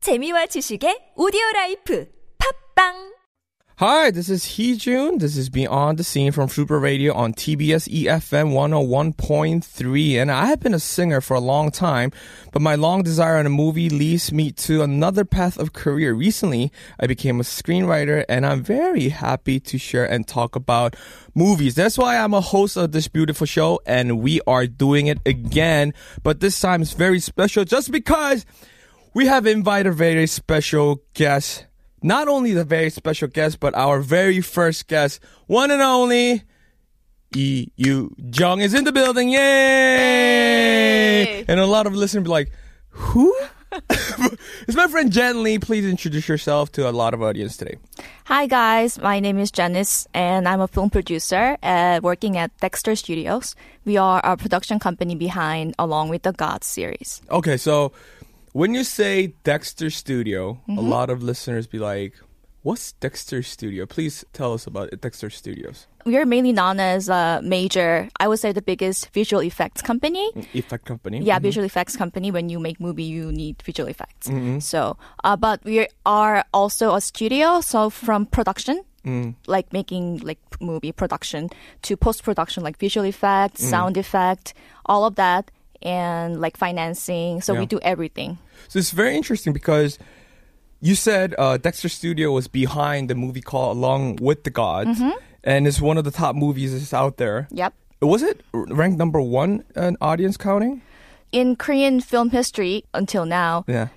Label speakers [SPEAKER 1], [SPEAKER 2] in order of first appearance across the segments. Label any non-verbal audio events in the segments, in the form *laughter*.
[SPEAKER 1] 재미와 지식의 오디오 라이프 팝빵
[SPEAKER 2] Hi, this is Hee Jun. This is Beyond the Scene from Super Radio on TBS EFM 101.3. And I have been a singer for a long time, but my long desire in a movie leads me to another path of career. Recently, I became a screenwriter, and I'm very happy to share and talk about movies. That's why I'm a host of this beautiful show, and we are doing it again. But this time it's very special just because we have invited a very special guest. Not only the very special guest, but our very first guest, one and only Yi Yu Jung is in the building. Yay! And a lot of listeners be like, who? *laughs* it's my friend Jen Lee. Please introduce yourself to a lot of audience today.
[SPEAKER 3] Hi guys, my name is Janice and I'm a film producer at, working at Dexter Studios. We are a production company behind Along with the Gods series.
[SPEAKER 2] Okay, so when you say Dexter Studio, a lot of listeners be like, what's Dexter Studio? Please tell us about it, Dexter Studios.
[SPEAKER 3] We are mainly known as a major, I would say the biggest visual effects company.
[SPEAKER 2] Effect Company.
[SPEAKER 3] Yeah, visual effects company. When you make movie, you need visual effects.
[SPEAKER 2] Mm-hmm.
[SPEAKER 3] So, uh, but we are also a studio. So from production,
[SPEAKER 2] Mm.
[SPEAKER 3] like making like movie production to post production, like visual effects,
[SPEAKER 2] Mm.
[SPEAKER 3] sound effect, all of that, and like financing. So we
[SPEAKER 2] Yeah.
[SPEAKER 3] do everything.
[SPEAKER 2] So it's very interesting because you said uh, Dexter Studio was behind the movie called Along with the Gods, and it's one of the top movies that's out there.
[SPEAKER 3] Yep.
[SPEAKER 2] Was it r- ranked number one in audience counting?
[SPEAKER 3] In Korean film history until now,
[SPEAKER 2] Yeah.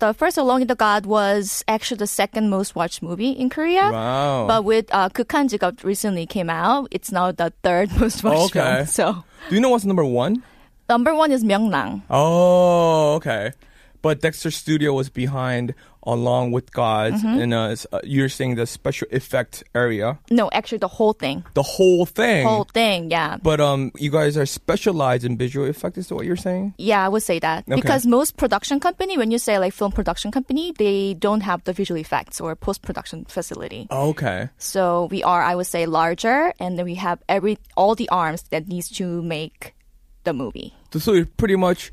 [SPEAKER 3] the first Along with the God was actually the second most watched movie in Korea.
[SPEAKER 2] Wow.
[SPEAKER 3] But with uh, 극한 직업 recently came out, it's now the third *laughs* most watched
[SPEAKER 2] Oh, Okay.
[SPEAKER 3] film. So
[SPEAKER 2] Do you know what's number one?
[SPEAKER 3] number one is Myeongnang.
[SPEAKER 2] Oh, okay. But Dexter Studio was behind Along with Gods, and uh, s- uh, you're saying the special effect area,
[SPEAKER 3] No, actually the whole thing,
[SPEAKER 2] the whole thing.
[SPEAKER 3] whole thing. Yeah,
[SPEAKER 2] but um, you guys are specialized in visual effects, is that what you're saying?
[SPEAKER 3] yeah, I would say that
[SPEAKER 2] Okay.
[SPEAKER 3] because most production company, when you say like film production company, they don't have the visual effects or post production facility.
[SPEAKER 2] Okay.
[SPEAKER 3] So we are, I would say, larger, and then we have every all the arms that needs to make the movie.
[SPEAKER 2] So you're pretty much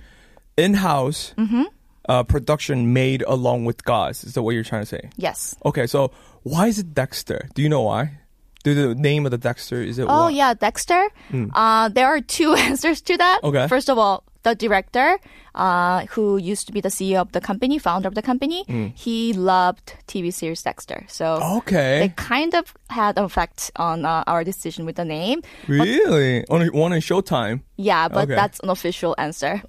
[SPEAKER 2] in-house
[SPEAKER 3] Mm-hmm.
[SPEAKER 2] uh, production made along with Gods. Is that what you're trying to say?
[SPEAKER 3] Yes.
[SPEAKER 2] Okay, so why is it Dexter? Do you know why? Do the name of the Dexter is it?
[SPEAKER 3] Oh
[SPEAKER 2] why-
[SPEAKER 3] yeah, Dexter. Uh, there are two *laughs* answers to that.
[SPEAKER 2] Hmm. Okay.
[SPEAKER 3] First of all, the director, uh, who used to be the CEO of the company, founder of the company,
[SPEAKER 2] Hmm.
[SPEAKER 3] he loved TV series Dexter. So
[SPEAKER 2] Oh. Okay.
[SPEAKER 3] it kind of had an effect on uh, our decision with the name.
[SPEAKER 2] really? On one in
[SPEAKER 3] *laughs*
[SPEAKER 2] Showtime.
[SPEAKER 3] Yeah, but
[SPEAKER 2] Okay.
[SPEAKER 3] that's an official answer.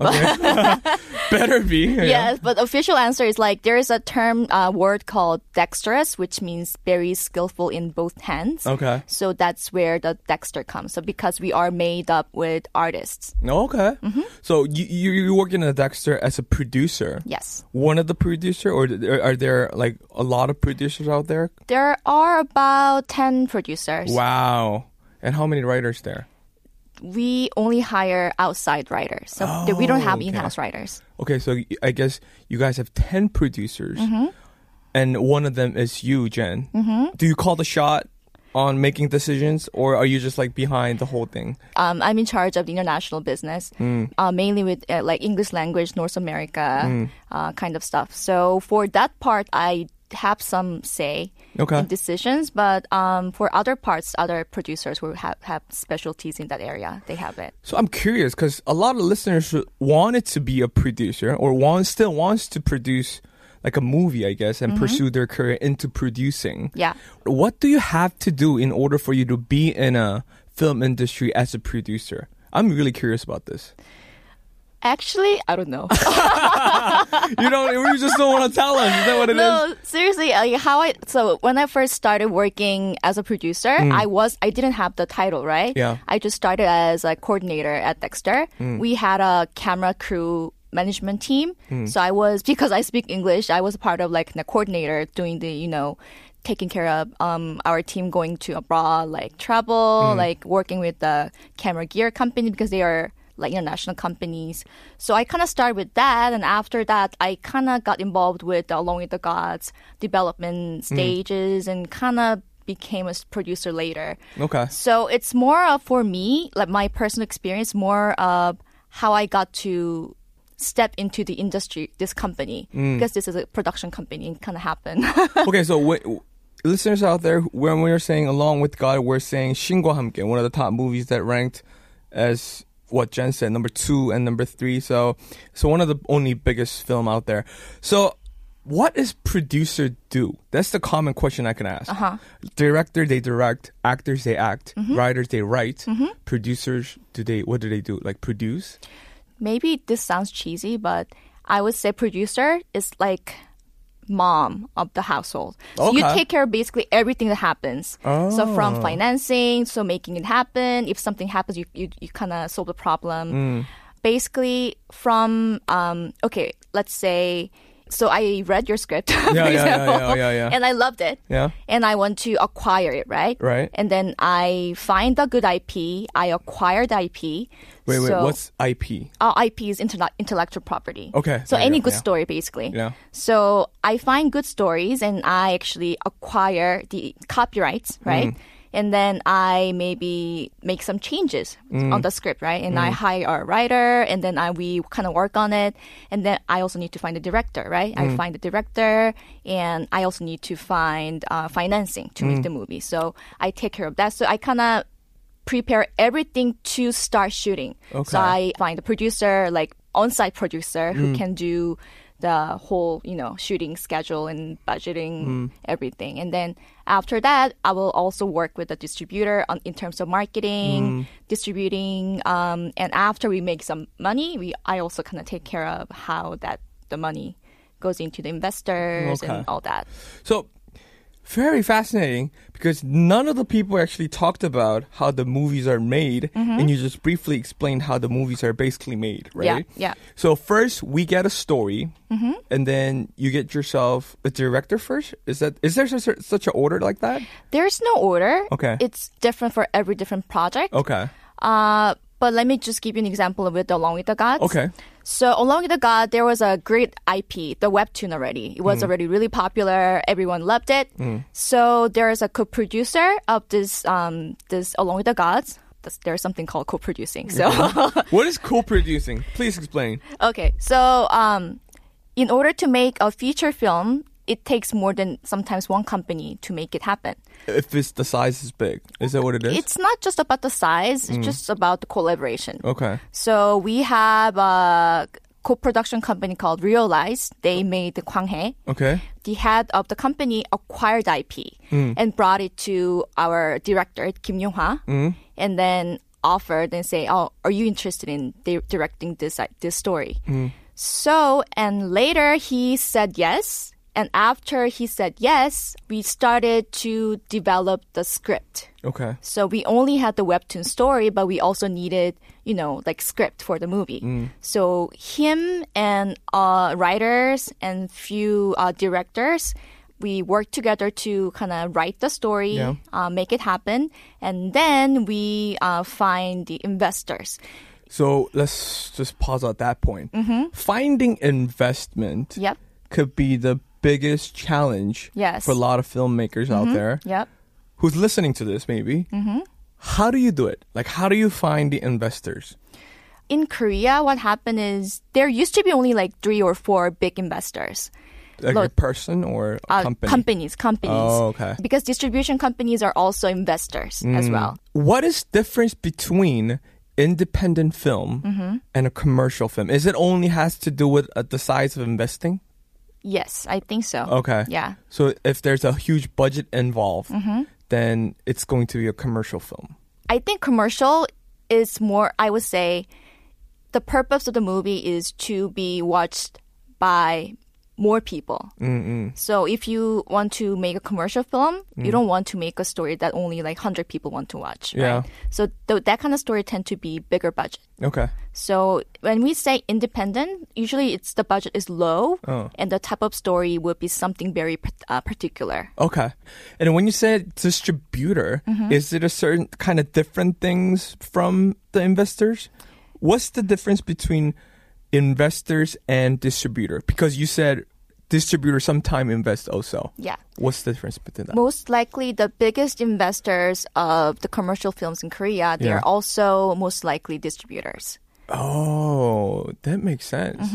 [SPEAKER 3] *laughs*
[SPEAKER 2] Better be. you know?
[SPEAKER 3] yes, but official answer is like there is a term uh, word called dexterous, which means very skillful in both hands.
[SPEAKER 2] Okay.
[SPEAKER 3] So that's where the Dexter comes. So because we are made up with artists.
[SPEAKER 2] Okay.
[SPEAKER 3] Mm-hmm.
[SPEAKER 2] So you, you you're working at Dexter as a producer.
[SPEAKER 3] Yes.
[SPEAKER 2] One of the producer, or th- are there like a lot of producers out there?
[SPEAKER 3] There are about 10 producers.
[SPEAKER 2] Wow. And how many writers there?
[SPEAKER 3] We only hire outside writers. So th- we don't have
[SPEAKER 2] Oh, okay.
[SPEAKER 3] in-house writers.
[SPEAKER 2] Okay, so y- I guess you guys have 10 producers, and one of them is you, Jen. Mm-hmm. Do you call the shot on making decisions, or are you just like behind the whole thing?
[SPEAKER 3] Um, I'm in charge of the international business,
[SPEAKER 2] Mm.
[SPEAKER 3] uh, mainly with uh, like English language, North America uh, kind of stuff. So for that part, I have some say
[SPEAKER 2] Okay.
[SPEAKER 3] in decisions, but um, for other parts, other producers who have, have specialties in that area, they have it.
[SPEAKER 2] So I'm curious because a lot of listeners wanted to be a producer or want, still wants to produce like a movie, I guess, and pursue their career into producing.
[SPEAKER 3] Yeah.
[SPEAKER 2] What do you have to do in order for you to be in a film industry as a producer? I'm really curious about this.
[SPEAKER 3] Actually, I don't
[SPEAKER 2] *laughs*
[SPEAKER 3] know.
[SPEAKER 2] You don't, you just don't want to tell us. Is that what it is?
[SPEAKER 3] *laughs* no, seriously, like how I so when I first started working as a producer, I was I didn't have the title, right?
[SPEAKER 2] Mm. Yeah.
[SPEAKER 3] I just started as a coordinator at Dexter. We had a camera crew management team. So I was because I speak English, I was part of like the coordinator doing the, you know, taking care of um, our team going to abroad, like travel, like working with the camera gear company because they are like international companies. So I kind of started with that, and after that, I kind of got involved with the Along with the Gods development stages and kind of became a s- producer later.
[SPEAKER 2] Okay.
[SPEAKER 3] So it's more of for me, like my personal experience, more of how I got to step into the industry, this company, because this is a production company, it kind of happen. *laughs*
[SPEAKER 2] okay, so wait, listeners out there, when we're saying Along with God, we're saying Shingo Hamke, one of the top movies that ranked as what Jen said, number two and number three. So, so one of the only biggest film out there. So, what does producer do? That's the common question I can ask. Uh-huh. Director, they direct. Actors, they act. Writers, they write. Producers, do they? What do they do? Like produce?
[SPEAKER 3] Maybe this sounds cheesy, but I would say producer is like mom of the household. So
[SPEAKER 2] Okay.
[SPEAKER 3] you
[SPEAKER 2] Oh.
[SPEAKER 3] take care of basically everything that happens. So from financing, so making it happen. If something happens, you you, you kind of solve the
[SPEAKER 2] Mm.
[SPEAKER 3] problem. Basically, from um, okay, let's say. So I read your script, *laughs* for
[SPEAKER 2] yeah, yeah,
[SPEAKER 3] example,
[SPEAKER 2] yeah, yeah, yeah.
[SPEAKER 3] and I loved it.
[SPEAKER 2] Yeah.
[SPEAKER 3] And I want to acquire it, right?
[SPEAKER 2] Right.
[SPEAKER 3] And then I find a good IP. I acquire the IP.
[SPEAKER 2] Wait, wait.
[SPEAKER 3] So-
[SPEAKER 2] What's IP?
[SPEAKER 3] our IP is interna- intellectual property.
[SPEAKER 2] Okay,
[SPEAKER 3] So
[SPEAKER 2] there you
[SPEAKER 3] any
[SPEAKER 2] go,
[SPEAKER 3] good
[SPEAKER 2] yeah.
[SPEAKER 3] story, basically.
[SPEAKER 2] Yeah.
[SPEAKER 3] So I find good stories and I actually acquire the copyrights,
[SPEAKER 2] Mm.
[SPEAKER 3] right? And then I maybe make some changes
[SPEAKER 2] Mm.
[SPEAKER 3] on the script, right? And I hire a writer and then I, we kind of work on it. And then I also need to find a director, right?
[SPEAKER 2] Mm.
[SPEAKER 3] I find the director and I also need to find uh, financing to
[SPEAKER 2] Mm.
[SPEAKER 3] make the movie. So I take care of that. So I kind of prepare everything to start shooting.
[SPEAKER 2] Okay.
[SPEAKER 3] So I find a producer, like on-site producer,
[SPEAKER 2] Mm.
[SPEAKER 3] who can do the whole, you know, shooting schedule and budgeting,
[SPEAKER 2] Mm.
[SPEAKER 3] everything. And then after that, I will also work with the distributor on, in terms of
[SPEAKER 2] Mm.
[SPEAKER 3] marketing, distributing. Um, and after we make some money, we I also kind of take care of how that the money goes into the investors
[SPEAKER 2] Okay.
[SPEAKER 3] and all that.
[SPEAKER 2] So very fascinating because none of the people actually talked about how the movies are made and you just briefly explained how the movies are basically made,
[SPEAKER 3] Mm-hmm. Yeah,
[SPEAKER 2] right?
[SPEAKER 3] yeah. Mm-hmm.
[SPEAKER 2] So first we get a story and then you get yourself a director first? Is that is there such, such an order like that?
[SPEAKER 3] There's no order.
[SPEAKER 2] Okay.
[SPEAKER 3] It's different for every different project.
[SPEAKER 2] Okay.
[SPEAKER 3] Uh, but let me just give you an example of it along with the gods.
[SPEAKER 2] Okay.
[SPEAKER 3] So along with the god, there was a great IP, the webtoon already. It was already really popular. Everyone loved it. So there is a co-producer of this um, this along with the gods. This- There's something called co-producing. So
[SPEAKER 2] What is co-producing? Please explain.
[SPEAKER 3] *laughs* okay, so um, in order to make a feature film, it takes more than sometimes one company to make it happen.
[SPEAKER 2] If it's the size is big, is that what it is?
[SPEAKER 3] It's not just about the size; it's just about the collaboration.
[SPEAKER 2] okay.
[SPEAKER 3] So we have a co-production company called Realize. They made the Kwanghae.
[SPEAKER 2] Okay.
[SPEAKER 3] The head of the company acquired IP and brought it to our director Kim Yong Ha, and then offered and say, "Oh, are you interested in di- directing this this story?" So and later he said yes. And after he said yes, we started to develop the script.
[SPEAKER 2] Okay.
[SPEAKER 3] So we only had the webtoon story, but we also needed, you know, like script for the movie. So him and uh, writers and few uh, directors, we worked together to kind of write the story,
[SPEAKER 2] Yeah.
[SPEAKER 3] uh, make it happen, and then we uh, find the investors.
[SPEAKER 2] So let's just pause at that point.
[SPEAKER 3] Mm-hmm.
[SPEAKER 2] Finding investment
[SPEAKER 3] Yep.
[SPEAKER 2] could be the biggest challenge
[SPEAKER 3] Yes. Mm-hmm.
[SPEAKER 2] for a lot of filmmakers out there
[SPEAKER 3] Yep.
[SPEAKER 2] who's listening to this, maybe. Mm-hmm. How do you do it? Like, how do you find the investors?
[SPEAKER 3] In Korea, what happened is there used to be only like three or four big investors.
[SPEAKER 2] Like a
[SPEAKER 3] Look,
[SPEAKER 2] person or a
[SPEAKER 3] Uh,
[SPEAKER 2] company?
[SPEAKER 3] Companies, companies.
[SPEAKER 2] Oh, okay. Mm.
[SPEAKER 3] Because distribution companies are also investors as well.
[SPEAKER 2] What is difference between independent film
[SPEAKER 3] Mm-hmm.
[SPEAKER 2] and a commercial film? Is it only has to do with uh, the size of investing?
[SPEAKER 3] Yes, I think so.
[SPEAKER 2] Okay.
[SPEAKER 3] Yeah.
[SPEAKER 2] So if there's a huge budget involved,
[SPEAKER 3] Mm-hmm.
[SPEAKER 2] then it's going to be a commercial film.
[SPEAKER 3] I think commercial is more, I would say, the purpose of the movie is to be watched by more people. mm So if you want to make a commercial film,
[SPEAKER 2] Mm.
[SPEAKER 3] you don't want to make a story that only like 100 people want to watch.
[SPEAKER 2] Yeah.
[SPEAKER 3] Right? So th- that kind of story tend to be bigger budget.
[SPEAKER 2] Okay.
[SPEAKER 3] So when we say independent, usually it's the budget is low
[SPEAKER 2] Oh.
[SPEAKER 3] and the type of story would be something very p- uh, particular.
[SPEAKER 2] Okay. And when you said distributor, is it a certain kind of different things from the investors? What's the difference between investors and distributor? Because you said distributor sometime invest also.
[SPEAKER 3] Yeah.
[SPEAKER 2] What's the difference between that?
[SPEAKER 3] most likely the biggest investors of the commercial films in Korea, they
[SPEAKER 2] Yeah.
[SPEAKER 3] are also most likely distributors.
[SPEAKER 2] Oh, that makes sense.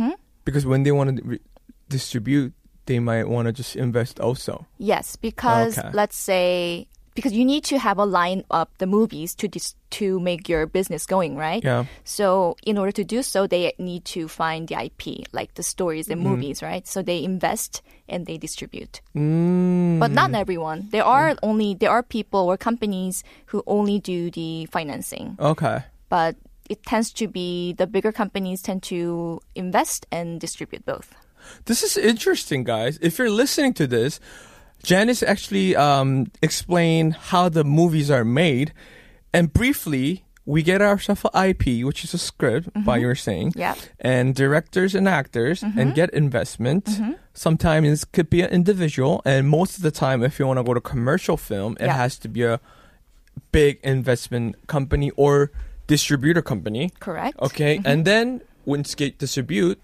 [SPEAKER 2] Because when they want to re- distribute, they might want to just invest also.
[SPEAKER 3] Yes, because
[SPEAKER 2] Okay.
[SPEAKER 3] let's say because you need to have a line up the movies to dis- to make your business going, right?
[SPEAKER 2] Yeah.
[SPEAKER 3] So in order to do so, they need to find the IP, like the stories and
[SPEAKER 2] Mm-hmm.
[SPEAKER 3] movies, right? So they invest and they distribute.
[SPEAKER 2] Mm,
[SPEAKER 3] But not everyone. There are only there are people or companies who only do the financing,
[SPEAKER 2] Okay.
[SPEAKER 3] but it tends to be the bigger companies tend to invest and distribute both.
[SPEAKER 2] This is interesting, guys. If you're listening to this, Janice actually um, explained how the movies are made. And briefly, we get ourselves an IP, which is a script, by your saying.
[SPEAKER 3] Yep.
[SPEAKER 2] And directors and actors and get investment. Sometimes it could be an individual. And most of the time, if you want to go to commercial film, it
[SPEAKER 3] Yeah.
[SPEAKER 2] has to be a big investment company or distributor company.
[SPEAKER 3] Correct.
[SPEAKER 2] Okay, and then once you get distribute,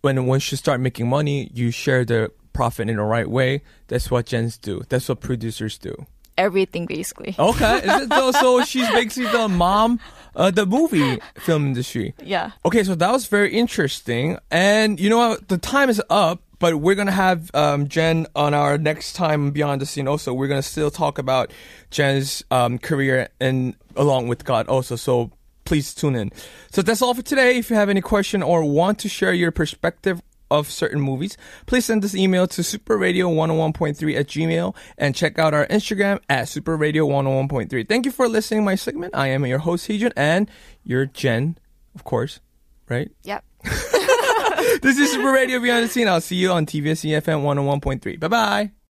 [SPEAKER 2] when once you start making money, you share the profit in the right way. That's what gens do. That's what producers do.
[SPEAKER 3] Everything basically.
[SPEAKER 2] Okay, is it so? So she's basically the mom of the movie film industry.
[SPEAKER 3] Yeah.
[SPEAKER 2] Okay, so that was very interesting. And you know what? The time is up, but we're going to have um, Jen on our next time Beyond the Scene also. We're going to still talk about Jen's um, career and along with God also. So please tune in. So that's all for today. If you have any question or want to share your perspective of certain movies, please send this email to superradio101.3 at gmail and check out our Instagram at superradio101.3. Thank you for listening to my segment. I am your host, Heejun, and your Jen, of course, right?
[SPEAKER 3] Yep.
[SPEAKER 2] E oh this is Super Radio Beyond the Scene. I'll see you on TVS EFM 101.3. Bye-bye.